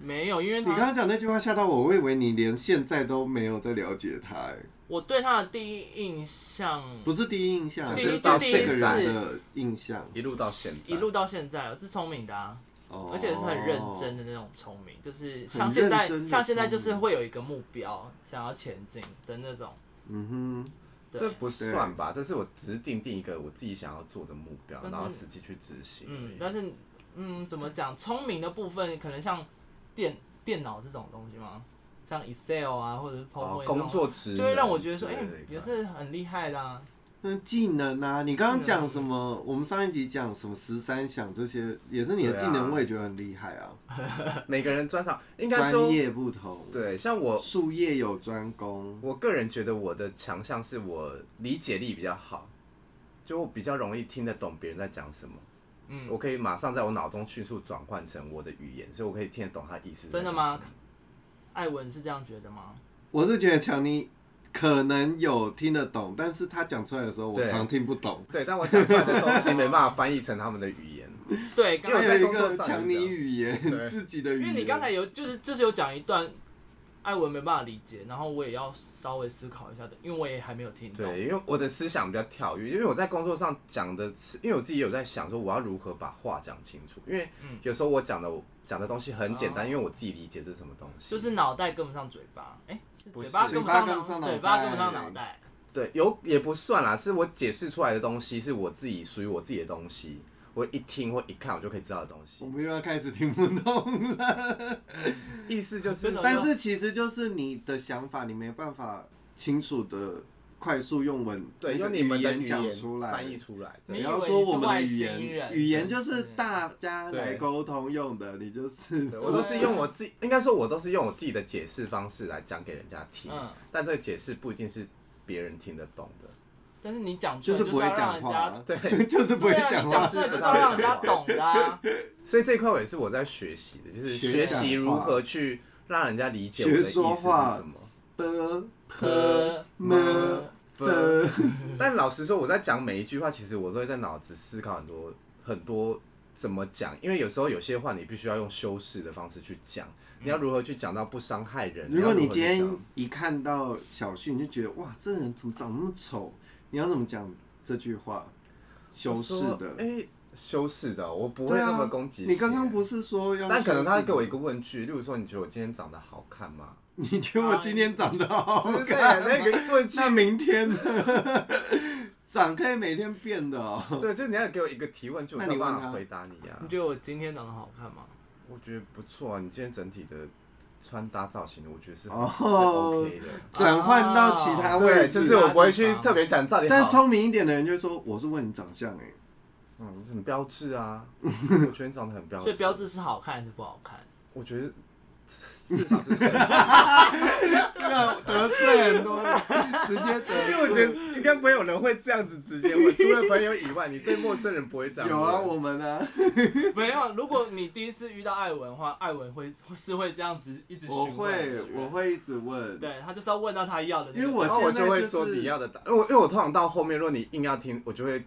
Speaker 2: 没有，因为
Speaker 1: 你刚
Speaker 2: 它
Speaker 1: 刚讲那句话吓到我，我以为你连现在都没有在了解他、哎，
Speaker 2: 我对它的第一印象，
Speaker 1: 不是第一印象，
Speaker 3: 就是
Speaker 1: 是
Speaker 3: 到
Speaker 1: 对这个
Speaker 3: 现在
Speaker 1: 人的印象，
Speaker 3: 一路到现在，
Speaker 2: 一路到现在是聪明的啊，
Speaker 1: 哦
Speaker 2: 而且是很认真。的那种聪明，就是像
Speaker 1: 很
Speaker 2: 现
Speaker 1: 认
Speaker 2: 在
Speaker 1: 真的
Speaker 2: 像现在就是
Speaker 1: 聪明
Speaker 2: 会有一个目标想要前进的那种。
Speaker 1: 嗯哼，
Speaker 2: 对
Speaker 3: 这不算吧？这是我只是定定一个我自己想要做的目标，
Speaker 2: 但是
Speaker 3: 然后实际去执行而
Speaker 2: 嗯
Speaker 3: 已。，
Speaker 2: 但是嗯，怎么讲？聪明的部分可能像电电脑这种东西吗？像 Excel 啊，或者是
Speaker 3: 哦
Speaker 2: PowerPoint，、
Speaker 3: 工作职
Speaker 2: 就
Speaker 3: 能
Speaker 2: 会让我觉得说，
Speaker 3: 之
Speaker 2: 哎、
Speaker 3: 类的
Speaker 2: 也是很厉害的、啊。
Speaker 1: 那技能啊，你刚刚
Speaker 2: 技能
Speaker 1: 讲什么？我们上一集讲什么十三响这些，也是你的
Speaker 3: 对
Speaker 1: 技
Speaker 3: 啊
Speaker 1: 能，我也觉得很厉害啊。
Speaker 3: 每个人专长应该
Speaker 1: 专
Speaker 3: 说
Speaker 1: 业不同，，
Speaker 3: 对，像我
Speaker 1: 术业有专攻。
Speaker 3: 我个人觉得我的强项是我理解力比较好，就我比较容易听得懂别人在讲什么，
Speaker 2: 嗯，
Speaker 3: 我可以马上在我脑中迅速转换成我的语言，所以我可以听得懂他意思。
Speaker 2: 真的吗？艾文是这样觉得吗？
Speaker 1: 我是觉得强尼可能有听得懂，但是他讲出来的时候，我
Speaker 3: 对
Speaker 1: 常听不懂。
Speaker 3: 对，但我讲出来的东西没办法翻译成他们的语言。
Speaker 2: 对，刚
Speaker 3: 因为
Speaker 2: 才
Speaker 3: 我
Speaker 1: 还
Speaker 3: 在
Speaker 1: 有一
Speaker 3: 工作
Speaker 1: 个
Speaker 3: 上也
Speaker 1: 强尼语言，
Speaker 3: 对
Speaker 1: 自己的语
Speaker 2: 因
Speaker 1: 言。
Speaker 2: 为你刚才有就是就是有讲一段。艾文没办法理解，然后我也要稍微思考一下的，因为我也还没有听懂。
Speaker 3: 对，因为我的思想比较跳跃，因为我在工作上讲的是，因为我自己有在想说我要如何把话讲清楚，因为
Speaker 2: 嗯
Speaker 3: 有时候我讲的我讲的东西很简单，
Speaker 2: 哦
Speaker 3: 因为我自己理解这是什么东西，
Speaker 2: 就是脑袋跟不上嘴巴，哎、是
Speaker 3: 不
Speaker 2: 嘴
Speaker 3: 是
Speaker 2: 巴
Speaker 1: 嘴
Speaker 2: 跟不
Speaker 1: 巴
Speaker 2: 上
Speaker 1: 跟
Speaker 2: 脑，
Speaker 1: 不上脑
Speaker 2: 嘴巴跟不上
Speaker 1: 袋
Speaker 2: 脑袋。
Speaker 3: 对有也不算啦，是我解释出来的东西是我自己属于我自己的东西，我一听或一看我就可以知道的东西
Speaker 1: 我，们又要开始听不懂了。
Speaker 3: 意思就是
Speaker 2: 嗯真的
Speaker 3: 说
Speaker 1: 但是其实就是你的想法，你没办法清楚的、快速用文
Speaker 3: 对
Speaker 1: 那
Speaker 3: 用
Speaker 1: 个
Speaker 3: 你们的
Speaker 1: 言讲
Speaker 3: 言
Speaker 1: 出来。
Speaker 3: 翻译出来，
Speaker 1: 不
Speaker 3: 对
Speaker 2: 你以
Speaker 1: 要
Speaker 2: 为
Speaker 1: 说
Speaker 2: 你是
Speaker 1: 我们的
Speaker 2: 外
Speaker 1: 语
Speaker 2: 星
Speaker 1: 言，
Speaker 2: 人
Speaker 1: 语言
Speaker 2: 对
Speaker 1: 就是
Speaker 2: 对
Speaker 1: 大家来
Speaker 3: 对
Speaker 1: 沟通用的，你就是
Speaker 3: 对我都是用我自己，应该说我都是用我自己的解释方式来讲给人家听，
Speaker 2: 嗯
Speaker 3: 但这个解释不一定是别人听得懂的。
Speaker 2: 但是你讲出
Speaker 1: 就
Speaker 2: 来
Speaker 1: 是不会
Speaker 2: 要让
Speaker 1: 讲
Speaker 2: 人
Speaker 1: 话
Speaker 2: 家，
Speaker 3: 对，
Speaker 1: 就是不会
Speaker 2: 对啊，
Speaker 1: 讲
Speaker 2: 你
Speaker 1: 话
Speaker 2: 讲。出来就是要让人家懂的啊。
Speaker 3: 所以这一块我也是我在学习的，就是
Speaker 1: 学
Speaker 3: 学
Speaker 1: 讲
Speaker 3: 习如
Speaker 1: 话
Speaker 3: 何去让人家理解我的意思
Speaker 1: 学
Speaker 3: 是
Speaker 1: 说话
Speaker 3: 什么。
Speaker 1: 的
Speaker 2: 呃，
Speaker 1: 么
Speaker 3: 不
Speaker 1: 的，
Speaker 3: 但老实说，我在讲每一句话，其实我都会在脑子思考很多很多怎么讲，因为有时候有些话你必须要用修饰的方式去讲，你要如何去讲到不伤害人。
Speaker 1: 嗯如果
Speaker 3: 你
Speaker 1: 你
Speaker 3: 要何
Speaker 1: 今
Speaker 3: 去
Speaker 1: 天
Speaker 3: 讲
Speaker 1: 一看到小旭，你就觉得哇，这人怎么长那么丑？你要怎么讲这句话？修饰
Speaker 3: 说
Speaker 1: 的，
Speaker 3: 哎、修饰的，我不会
Speaker 1: 对
Speaker 3: 那
Speaker 1: 啊
Speaker 3: 么攻，击性、
Speaker 1: 你刚刚不是说要？
Speaker 3: 但可能他会给我一，个问句，例如说，你觉得我今天长得好看吗？
Speaker 1: 你觉得我今天长得好
Speaker 3: 哎之类
Speaker 1: 看
Speaker 3: 的那
Speaker 1: 吗？
Speaker 3: 个问句，
Speaker 1: 那明天呢？ 长可以每天变的哦。
Speaker 3: 对，就你要给我一个提问句，我
Speaker 1: 那
Speaker 3: 才
Speaker 1: 你
Speaker 3: 有
Speaker 1: 问
Speaker 3: 办
Speaker 1: 他
Speaker 3: 法回答你啊
Speaker 2: 你。觉得我今天长得好看吗？
Speaker 3: 我觉得不错啊，你今天整体的穿搭造型，我觉得是、
Speaker 1: 哦
Speaker 3: 是 OK 的。
Speaker 1: 转换到其他位
Speaker 3: 对，
Speaker 1: 置，
Speaker 3: 就是我不会去特别讲到底
Speaker 1: 但
Speaker 3: 好，
Speaker 1: 聪明一点的人就会说：“我是问你长相哎、
Speaker 3: 嗯，很标 志啊。我觉得你长得很标
Speaker 2: 所
Speaker 3: 志，
Speaker 2: 以标志是好看还是不好看？
Speaker 3: 我觉得至少是神，
Speaker 1: 这个得罪很多人，直接得。
Speaker 3: 因为我觉得应该不会有人会这样子直接问，除了朋友以外，你对陌生人不会这样问。
Speaker 1: 有啊，我们啊，
Speaker 2: 没有，如果你第一次遇到艾文的话，艾文会是会这样子一直询
Speaker 1: 我
Speaker 2: 问
Speaker 1: 会
Speaker 2: 的人
Speaker 1: 我，会一直问，
Speaker 2: 对他就是要问到他要的那个，
Speaker 1: 因为我
Speaker 3: 然后我
Speaker 1: 现在
Speaker 3: 就会
Speaker 1: 就是
Speaker 3: 说你要的答，因为我因为我通常到后面，如果你硬要听，我就会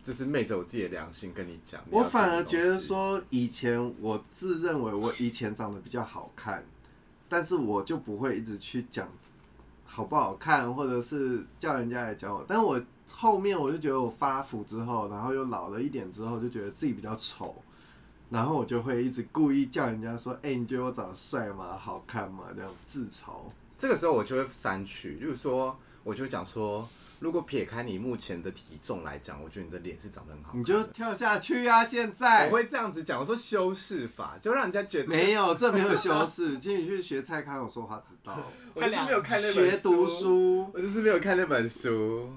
Speaker 3: 就是昧着我自己的良心跟你讲。你
Speaker 1: 我
Speaker 3: 要什么
Speaker 1: 反而觉得
Speaker 3: 东西，
Speaker 1: 说，以前我自认为我以前长得比较好看，但是我就不会一直去讲好不好看，或者是叫人家来讲我。但我后面我就觉得我发福之后，然后又老了一点之后，就觉得自己比较丑，然后我就会一直故意叫人家说：“哎、你觉得我长得帅吗？好看吗？”这样自嘲。
Speaker 3: 这个时候我就会删去，例如说，我就会讲说，如果撇开你目前的体重来讲，我觉得你的脸是长得很好看
Speaker 1: 你
Speaker 3: 的。
Speaker 1: 就跳下去呀、啊！现在
Speaker 3: 我会这样子讲，我说修饰法，就让人家觉得
Speaker 1: 没有，这没有修饰。请你去学蔡康永说话之 道，
Speaker 3: 哎我就是没有看那本
Speaker 1: 学读，书。
Speaker 3: 我就是没有看那本书。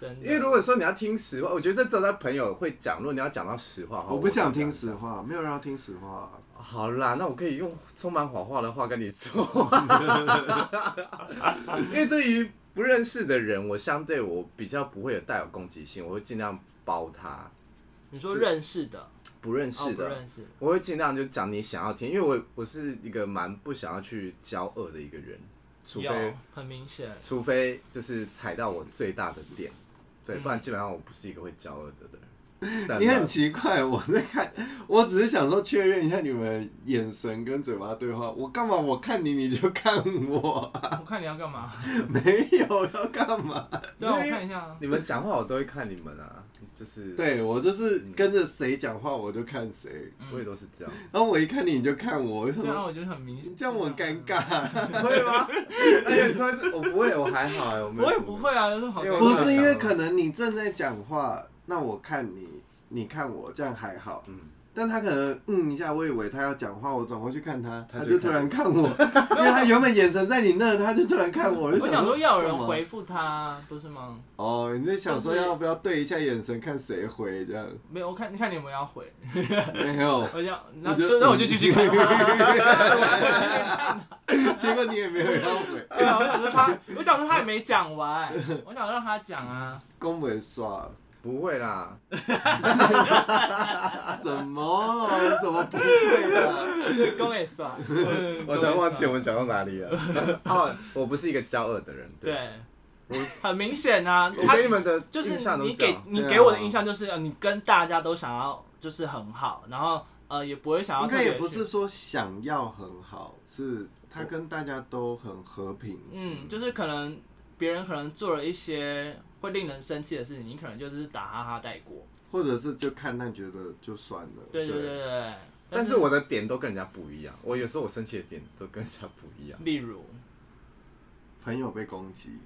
Speaker 2: 真的，
Speaker 3: 因为如果说你要听实话，我觉得这只有在朋友会讲。如果你要讲到实话的话，
Speaker 1: 我不想
Speaker 3: 会这样
Speaker 1: 听
Speaker 3: 讲
Speaker 1: 实话，没有人要听实话。啊
Speaker 3: 好啦，那我可以用充满谎话的话跟你说， 因为对于不认识的人，我相对我比较不会有带有攻击性，我会尽量包他。
Speaker 2: 你说认识的，
Speaker 3: 不认
Speaker 2: 哦，
Speaker 3: 识
Speaker 2: 不
Speaker 3: 的，
Speaker 2: 认识，
Speaker 3: 我会尽量就讲你想要听，因为我我是一个蛮不想要去交恶的一个人，除
Speaker 2: 有
Speaker 3: 非
Speaker 2: 很明显，
Speaker 3: 除非就是踩到我最大的点，
Speaker 2: 嗯
Speaker 3: 对，不然基本上我不是一个会交恶的 人。真的
Speaker 1: 你很奇怪，我在看，我只是想说确认一下你们眼神跟嘴巴对话。我干嘛？我看你，你就看我，啊
Speaker 2: 我看你要干嘛？
Speaker 1: 没有要干嘛？
Speaker 2: 对啊，我看一下啊。
Speaker 3: 你们讲话我都会看你们啊，就是，
Speaker 1: 对我就是跟着谁讲话我就看谁，
Speaker 3: 我也都是这样。
Speaker 1: 然后我一看你你就看我，我就
Speaker 2: 这样
Speaker 1: 想
Speaker 2: 啊我觉得很明
Speaker 1: 你
Speaker 2: 显，
Speaker 1: 这样我尴。尬。啊
Speaker 3: 会吗？ 哎呀，你突然我不会，我还好哎，我没有
Speaker 2: 我也不会啊，就是好尴
Speaker 3: 因为
Speaker 1: 不
Speaker 3: 我
Speaker 2: 尬
Speaker 1: 是因为可能你正在讲话，那我看你，你看我，这样还好。
Speaker 3: 嗯
Speaker 1: 但他可能嗯一下，我以为他要讲话，我转过去看他，
Speaker 3: 他
Speaker 1: 他就
Speaker 3: 就
Speaker 1: 突然看我，因为他原本眼神在你那，他就突然看我，就
Speaker 2: 我想说要有
Speaker 1: 干嘛
Speaker 2: 人回复他，不是吗？
Speaker 1: 哦，你在想说
Speaker 2: 或是
Speaker 1: 要不要对一下眼神，看谁回这样？
Speaker 2: 没有，我看你看你有没有要回，
Speaker 1: 没有，
Speaker 2: 我想那
Speaker 1: 我就
Speaker 2: 就那我就继续看。
Speaker 1: 结果你也没有要回，
Speaker 2: 对啊，我想说他，我想说他也没讲完，我想让他讲啊。
Speaker 1: 宫本刷
Speaker 3: 不会啦，
Speaker 1: 什么？怎么不会啊？
Speaker 2: 公也算，
Speaker 3: 我才忘记我们讲到哪里了。 哦，我不是一个骄傲的人，对，
Speaker 2: 对，很明显啊，
Speaker 3: 我
Speaker 2: 他
Speaker 3: 给你们的
Speaker 2: 就是
Speaker 3: 印象都
Speaker 2: 你
Speaker 3: 是这
Speaker 2: 给
Speaker 3: 样。
Speaker 2: 你
Speaker 1: 对啊
Speaker 2: 给我的印象就是，呃你跟大家都想要就是很好，然后呃也不会想要
Speaker 1: 应
Speaker 2: 特
Speaker 1: 该
Speaker 2: 别
Speaker 1: 也不是
Speaker 2: 去，
Speaker 1: 说想要很好，是他跟大家都很和平。
Speaker 2: 嗯，就是可能别人可能做了一些会令人生气的事情，你可能就是打哈哈带过，
Speaker 1: 或者是就看淡觉得就算了。
Speaker 2: 对对
Speaker 3: 对
Speaker 2: 对对。
Speaker 3: 但是我的点都跟人家不一样，我有时候我生气的点都跟人家不一样。
Speaker 2: 例如
Speaker 1: 朋友被攻击，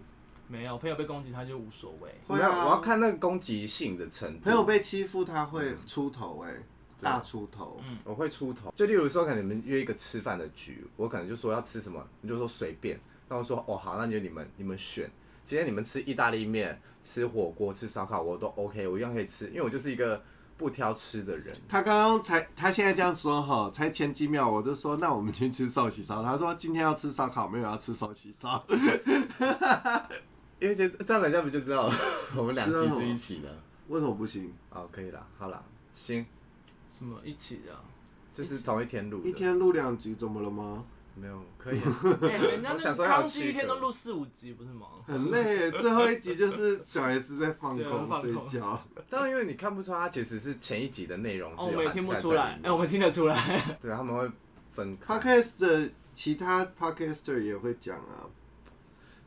Speaker 2: 没有朋友被攻击，他就无所谓。
Speaker 1: 会
Speaker 3: 没有，
Speaker 1: 啊，
Speaker 3: 我要看那个攻击性的程
Speaker 1: 朋友
Speaker 3: 度。
Speaker 1: 被欺负，他会出头哎、大出头。
Speaker 2: 嗯
Speaker 3: 我会出头，就例如说，可能你们约一个吃饭的局，我可能就说要吃什么，你就说随便。那我说哦好，那就你们你们选。今天你们吃意大利面、吃火锅、吃烧烤，我都 OK，我一样可以吃，因为我就是一个不挑吃的人。
Speaker 1: 他刚刚才，他现在这样说哈，才前几秒我就说，那我们去吃寿喜烧。他说今天要吃烧烤，没有要吃寿喜烧。
Speaker 3: 因为这这样人家不就知道我们两季是一起的？
Speaker 1: 为什么不行？
Speaker 3: 哦，可以啦，好啦，行，
Speaker 2: 什么一起的啊？
Speaker 3: 就是同一天录的。
Speaker 1: 一天录两集，怎么了吗？
Speaker 3: 没有，可以啊、
Speaker 2: 哎人家
Speaker 3: 我想
Speaker 2: 那
Speaker 3: 说要
Speaker 2: 康
Speaker 3: 有
Speaker 2: 熙
Speaker 3: 区
Speaker 2: 一天都
Speaker 3: 隔
Speaker 2: 录四五集，不是吗？
Speaker 1: 很累。最后一集就是小 S 在放
Speaker 2: 对放
Speaker 1: 空
Speaker 2: 空
Speaker 1: 睡觉，
Speaker 3: 当然，因为你看不出它其实是前一集的内容是
Speaker 2: 哦，
Speaker 3: 有
Speaker 2: 我们也
Speaker 3: 涵
Speaker 2: 听不
Speaker 3: 盖
Speaker 2: 出
Speaker 3: 在
Speaker 2: 来
Speaker 3: 里，
Speaker 2: 哎，
Speaker 3: 面
Speaker 2: 我们听得出来。
Speaker 3: 对，他们会分开。
Speaker 1: Podcast 的其他 Podcaster 也会讲啊，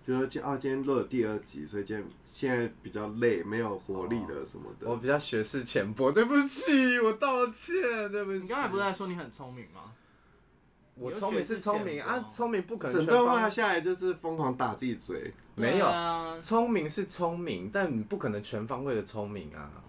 Speaker 1: 比如说今哦今天录了第二集，所以今天现在比较累，没有活力了什么的。
Speaker 2: 哦
Speaker 3: 我比较学识浅薄，对不起，我道歉，对不起。
Speaker 2: 你刚才不是在说你很聪明吗？
Speaker 3: 我聪明是聪
Speaker 2: 你
Speaker 3: 明
Speaker 2: 有学识浅薄
Speaker 3: 啊，聪明不可能
Speaker 1: 整
Speaker 3: 全
Speaker 1: 段
Speaker 3: 方
Speaker 1: 话
Speaker 3: 位
Speaker 1: 下来就是疯狂打自己嘴，
Speaker 3: 没有
Speaker 2: 对啊，
Speaker 3: 聪明是聪明，但你不可能全方位的聪明啊。
Speaker 2: 嗯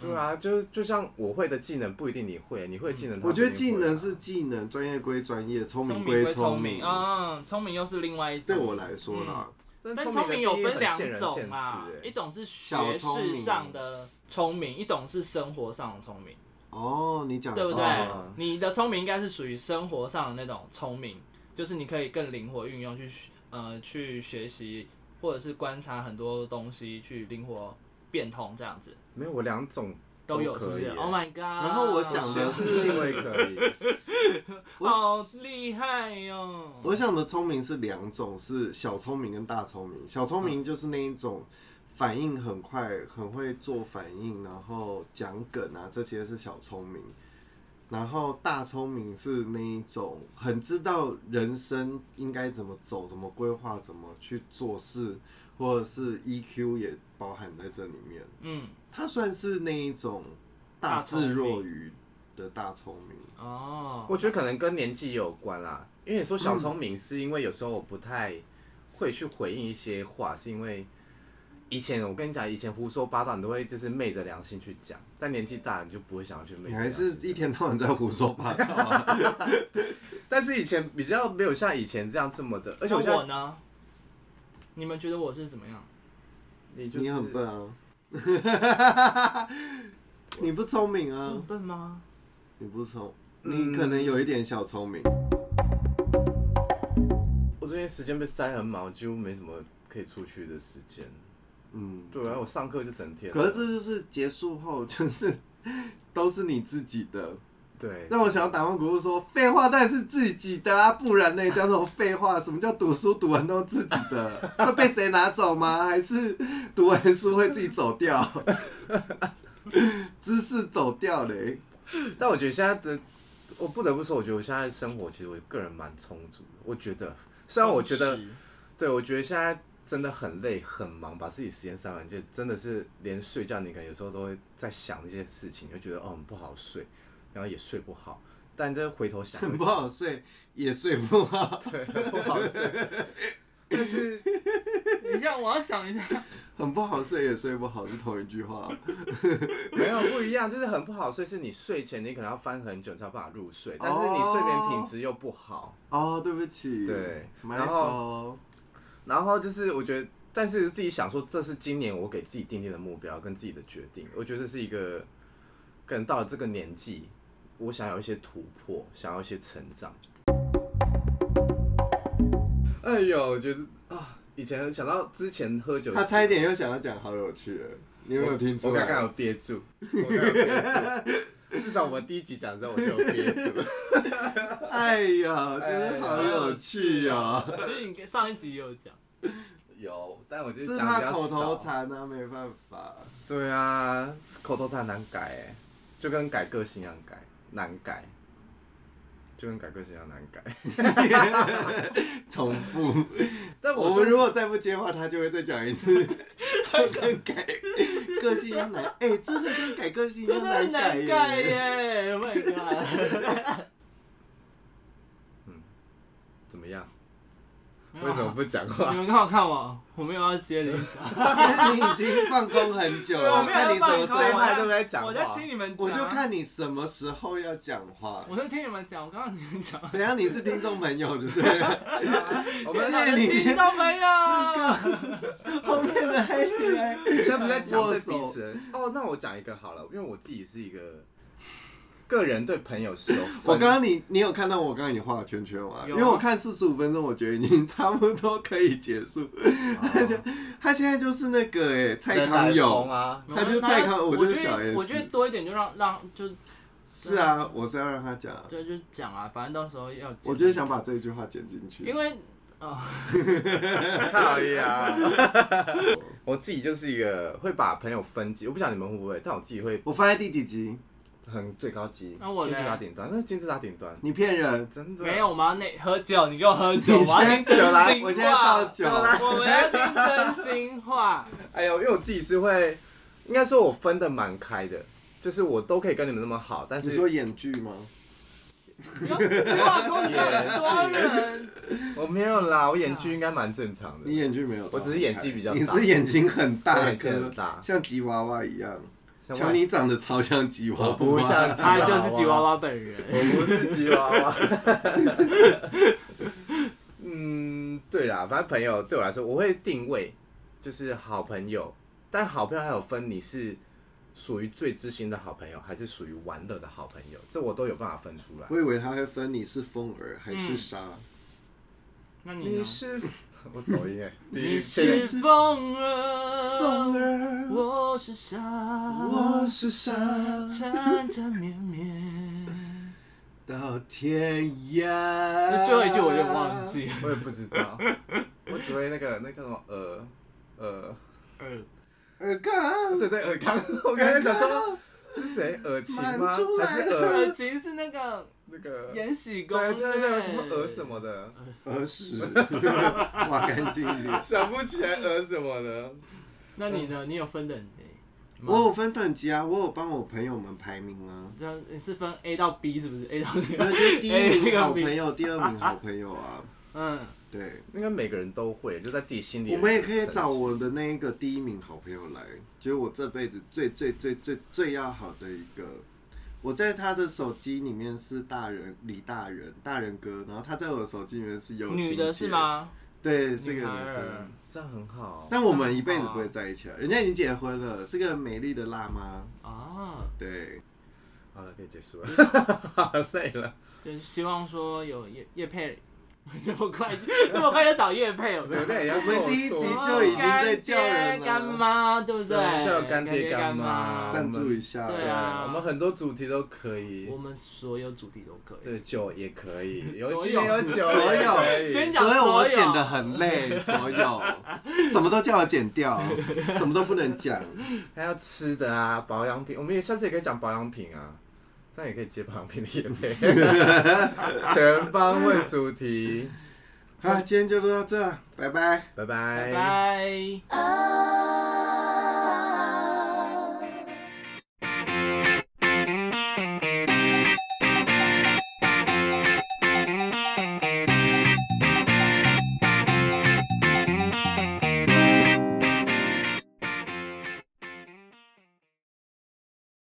Speaker 3: 对啊，就就像我会的技能不一定你会，你会的技能他
Speaker 1: 我
Speaker 3: 不一
Speaker 1: 觉
Speaker 3: 定会啊、
Speaker 1: 得技能是技能，专业归专业，聪明
Speaker 2: 聪明
Speaker 1: 归
Speaker 2: 归聪
Speaker 1: 明。
Speaker 2: 嗯，聪明又是另外一
Speaker 1: 对
Speaker 2: 种。
Speaker 1: 我来说啦，
Speaker 2: 但
Speaker 3: 但
Speaker 2: 聪
Speaker 3: 聪
Speaker 2: 明
Speaker 3: 明
Speaker 2: 有
Speaker 3: 有
Speaker 2: 分
Speaker 3: 分
Speaker 2: 两
Speaker 3: 两
Speaker 2: 种
Speaker 3: 种
Speaker 2: 啊
Speaker 3: 啊，
Speaker 2: 一种是学识上的聪明，一种是生活上的聪明，
Speaker 1: 哦，你讲
Speaker 2: 对不对？
Speaker 3: 哦
Speaker 2: 你的聪明应该是属于生活上的那种聪明，就是你可以更灵活运用去呃去学习，或者是观察很多东西去灵活变通这样子
Speaker 3: 没有我两种
Speaker 2: 都有，是不
Speaker 3: 可以欸
Speaker 2: 是
Speaker 3: 耶。
Speaker 2: ？Oh my god！然
Speaker 1: 然后我想
Speaker 3: 学识性位可以，
Speaker 2: 好厉害哟、
Speaker 1: 我想的聪明是两种，是小聪明跟大聪明。小聪明就是那一种反应很快，很会做反应，然后讲梗啊，这些是小聪明。然后大聪明是那一种很知道人生应该怎么走、怎么规划、怎么去做事，或者是 EQ 也包含在这里面。
Speaker 2: 嗯，
Speaker 1: 他算是那一种大智若愚的大聪明。
Speaker 2: 哦，
Speaker 3: 我觉得可能跟年纪也有关啦。因为你说小聪明，是因为有时候我不太会去回应一些话，是因为以前我跟你讲，以前胡说八道，你都会就是昧着良心去讲，但年纪大了你就不会想要去昧
Speaker 1: 你
Speaker 3: 着
Speaker 1: 还
Speaker 3: 良心
Speaker 1: 是
Speaker 3: 讲。
Speaker 1: 一天到晚在胡说八道啊、
Speaker 3: 但是以前比较没有像以前这样这么的，而且我现
Speaker 2: 那我
Speaker 1: 哦
Speaker 3: 在
Speaker 2: 呢？你们觉得我是怎么样？
Speaker 3: 你就
Speaker 1: 你
Speaker 3: 是
Speaker 1: 很笨 啊！你不聪明
Speaker 2: 我
Speaker 1: 啊
Speaker 2: 很！笨吗？
Speaker 1: 你不聪，
Speaker 3: 嗯
Speaker 1: 你可能有一点小聪明。
Speaker 3: 我最近时间被塞很满，我几乎没什么可以出去的时间。
Speaker 1: 嗯，
Speaker 3: 对啊，我上课就整天。
Speaker 1: 可是这就是结束后，就是 都是你自己的。
Speaker 3: 对，
Speaker 1: 让我想要打方鼓鼓说，废话当然是自己的啊，不然呢叫什么废 话？什么叫读书读完都自己的？会被谁拿走吗？还是读完书会自己走掉？ 知识走掉嘞，
Speaker 3: 但我觉得现在的，我不得不说，我觉得我现在的生活其实我个人蛮充足的。我觉得，虽然我觉得，对我觉得现在真的很累很忙，把自己时间塞满，就真的是连睡觉，你可能有时候都会在想这些事情，你会觉得哦很不好睡，然后也睡不好。但这回头想，
Speaker 1: 很不好睡，也睡不好，
Speaker 3: 对， 很不好睡。但是
Speaker 2: 等一下，我要想一 下。
Speaker 1: 很不好睡也睡不好，是同一句话。
Speaker 3: 没有不一样，就是很不好睡，是你睡前你可能要翻很久你才有办法入睡，但是你睡眠品质又不好。
Speaker 1: 哦，对不起，
Speaker 3: 对
Speaker 1: 然
Speaker 3: 然
Speaker 1: 后
Speaker 3: 后然后就是我觉得，但是自己想说，这是今年我给自己定定的目标跟自己的决定。我觉得这是一个，可能到了这个年纪，我想要一些突破，想要一些成长。哎呦，我觉得啊，以前想到之前喝酒，
Speaker 1: 他差一点又想要讲好有趣了，你有没有听出
Speaker 3: 我
Speaker 1: 来？
Speaker 3: 刚刚有憋住，我刚刚有憋住。至少我们第一集讲的时候我就有憋住。
Speaker 1: 哎呀，真的好有趣哦、
Speaker 2: 所以你上一集也有讲，
Speaker 3: 有，但我就
Speaker 1: 这
Speaker 3: 是
Speaker 1: 是
Speaker 3: 讲得比
Speaker 1: 他
Speaker 3: 较少。
Speaker 1: 口头禅啊，没办法。
Speaker 3: 对啊，口头禅难改哎，就跟改个性一样改难改，就跟改个性一样难改。
Speaker 1: 重复。
Speaker 3: 但
Speaker 1: 我
Speaker 3: 说
Speaker 1: 们如果再不接话，他就会再讲一次，就跟改个性一样难。哎、真的跟改个性一
Speaker 2: 真
Speaker 1: 样
Speaker 2: 的很
Speaker 1: 改
Speaker 2: 难
Speaker 1: 耶。
Speaker 2: 盖耶！Oh my god！
Speaker 3: 怎么样？为什么不讲
Speaker 2: 啊你
Speaker 1: 嗯
Speaker 3: 话？
Speaker 2: 们刚好看我，我没有要接的意思啊。
Speaker 1: 你已经放空很久
Speaker 2: 对我
Speaker 1: 了，
Speaker 2: 没有
Speaker 1: 看你什么时候
Speaker 2: 放空
Speaker 3: 谁
Speaker 2: 我在
Speaker 3: 还都没讲话？
Speaker 2: 我在听你们讲，啊
Speaker 1: 我就，看你什么时候要讲话。
Speaker 2: 我在听你们讲，我刚刚你们讲。
Speaker 1: 怎样？你是听众朋友， 对不对了？
Speaker 3: 我
Speaker 1: 谢
Speaker 3: 们
Speaker 1: 啊 谢你
Speaker 2: 听到没有？
Speaker 1: 后面的还起来。
Speaker 3: 现在不是在讲对
Speaker 1: 握
Speaker 3: 彼
Speaker 1: 手
Speaker 3: 此人哦。那我讲一个好了，因为我自己是一个个人对朋友是有分
Speaker 1: 我刚刚你你有看到我刚刚你画的圈圈吗？
Speaker 2: 有啊
Speaker 1: 因为我看四十五分钟，我觉得已经差不多可以结束。
Speaker 3: 哦
Speaker 1: 他现在就是那个哎、蔡
Speaker 3: 人来
Speaker 1: 康永
Speaker 3: 疯，啊，
Speaker 1: 他就是蔡康
Speaker 2: 我
Speaker 1: 我
Speaker 2: 觉
Speaker 1: 就
Speaker 2: 得
Speaker 1: 是小 S
Speaker 2: 我觉得多一点就让让就
Speaker 1: 是啊，我是要让他讲啊。
Speaker 2: 对，就讲啊，反正到时候要。
Speaker 1: 我就是想，把这一句话剪进去，
Speaker 2: 因为哦，
Speaker 6: 好呀，
Speaker 3: 我自己就是一个会把朋友分级，我不晓得你们会不会，但我自己会
Speaker 1: 我放在第几集？
Speaker 3: 很最高级，
Speaker 2: 那我嘞
Speaker 3: 金字塔顶端，那金字塔顶端，
Speaker 1: 你骗人！
Speaker 3: 真的
Speaker 2: 没有吗？那喝酒，你给我喝 酒，
Speaker 1: 你
Speaker 2: 我要听
Speaker 1: 先酒来
Speaker 2: 真心话。
Speaker 1: 我现在倒酒
Speaker 2: 我们要听真心话。
Speaker 3: 哎呦，因为我自己是会，应该说我分的蛮开的，就是我都可以跟你们那么好，但
Speaker 1: 你
Speaker 3: 是
Speaker 1: 说演剧吗？
Speaker 2: 哇，公司很多人，
Speaker 3: 我没有啦，我
Speaker 2: 啊
Speaker 3: 演剧应该蛮正常
Speaker 1: 你啊
Speaker 3: 的。
Speaker 1: 演剧没有到？
Speaker 3: 我只是演技比较大
Speaker 1: 你是眼睛很
Speaker 3: 我
Speaker 1: 大，
Speaker 3: 眼睛很大
Speaker 1: 哥像吉娃娃一样。
Speaker 3: 像
Speaker 1: 瞧
Speaker 3: 外
Speaker 1: 你长得超像吉娃娃，
Speaker 3: 我不像吉娃
Speaker 2: 他就是吉娃娃本人。
Speaker 3: 我不是吉娃娃。嗯，对啦，反正朋友对我来说，我会定位就是好朋友，但好朋友还有分你是属于最知心的好朋友，还是属于玩乐的好朋友，这我都有办法分出来。
Speaker 1: 我以为他会分你是风儿还
Speaker 3: 嗯
Speaker 1: 是沙，
Speaker 2: 那你
Speaker 3: 你
Speaker 2: 呢？
Speaker 3: 是我走音哎，
Speaker 2: 你
Speaker 3: 你
Speaker 2: 是风儿，
Speaker 1: 儿，
Speaker 2: 我是沙，
Speaker 1: 我是沙，
Speaker 2: 缠缠绵绵。
Speaker 1: 到天涯。
Speaker 2: 那 最后一句我有点忘。记了。
Speaker 3: 我也不知道，我只会那个那叫什么呃呃，
Speaker 2: 呃
Speaker 1: 尔康，
Speaker 3: 对对尔康，我刚才想说 是谁尔晴吗
Speaker 1: 满出？来
Speaker 3: 还是
Speaker 1: 了
Speaker 3: 尔
Speaker 2: 呃，其实是那个
Speaker 3: 那个
Speaker 2: 《
Speaker 3: 对
Speaker 2: 延禧攻略
Speaker 3: 对》对什么尔什么的？
Speaker 1: 儿时，挖呃干净一点。
Speaker 3: 想不起来呃什么的。
Speaker 2: 那你呢？你有分等级？
Speaker 1: 我有分等级啊，我有帮我朋友们排名啊。
Speaker 2: 这样你是分 A 到 B 是不是？A 到
Speaker 1: 哎那 就
Speaker 2: B
Speaker 1: 是 第一
Speaker 2: A
Speaker 1: 名
Speaker 2: 跟
Speaker 1: 好
Speaker 2: B
Speaker 1: 朋友，第二名好朋友啊。
Speaker 2: 嗯，
Speaker 1: 对，
Speaker 3: 应该每个人都会，就在自己心里。
Speaker 1: 我们也可以找，我的那一个第一名好朋友来，就是我这辈子最最最最最要好的一个。我在他的手机里面是大人李大人大人哥，然后他在我的手机里面是有
Speaker 2: 女的是？吗？
Speaker 1: 对，是个
Speaker 2: 女
Speaker 1: 女
Speaker 2: 孩儿
Speaker 1: 生。
Speaker 3: 嗯这样很好。
Speaker 1: 但我们一辈子不会在一起了，人家已经结婚了，是个美丽的辣妈。
Speaker 2: 啊，
Speaker 1: 对，
Speaker 3: 好了，可以结 束了， 好累了。
Speaker 2: 就是希望说有叶叶配， 这么快这么快就找叶 配有没有
Speaker 3: 流？量也要
Speaker 1: 我们第一集
Speaker 3: 够多
Speaker 1: 哦就已经在叫人了
Speaker 2: 干爹干妈对不对？
Speaker 3: 对叫干爹
Speaker 2: 干
Speaker 3: 干妈
Speaker 1: 赞助一下。
Speaker 2: 对
Speaker 3: 对
Speaker 2: 啊
Speaker 3: 啊，我们很多主题都可以
Speaker 2: 我，们所有主题都可以。
Speaker 3: 对酒也可以，有
Speaker 2: 所有
Speaker 3: 今天有酒
Speaker 1: 所
Speaker 3: 也
Speaker 1: 有
Speaker 3: 可以，
Speaker 2: 先讲
Speaker 1: 所有
Speaker 2: 所
Speaker 1: 我
Speaker 2: 有
Speaker 1: 剪得很累，所有什么都叫我剪掉，什么都不能讲。
Speaker 3: 还要吃的啊，保养品，我们也下次也可以讲保养品啊，这样也可以接保养品的业 配，全方位主题，
Speaker 1: 好，今天就录到这，拜拜。
Speaker 3: 拜
Speaker 2: 拜拜。
Speaker 4: 啊。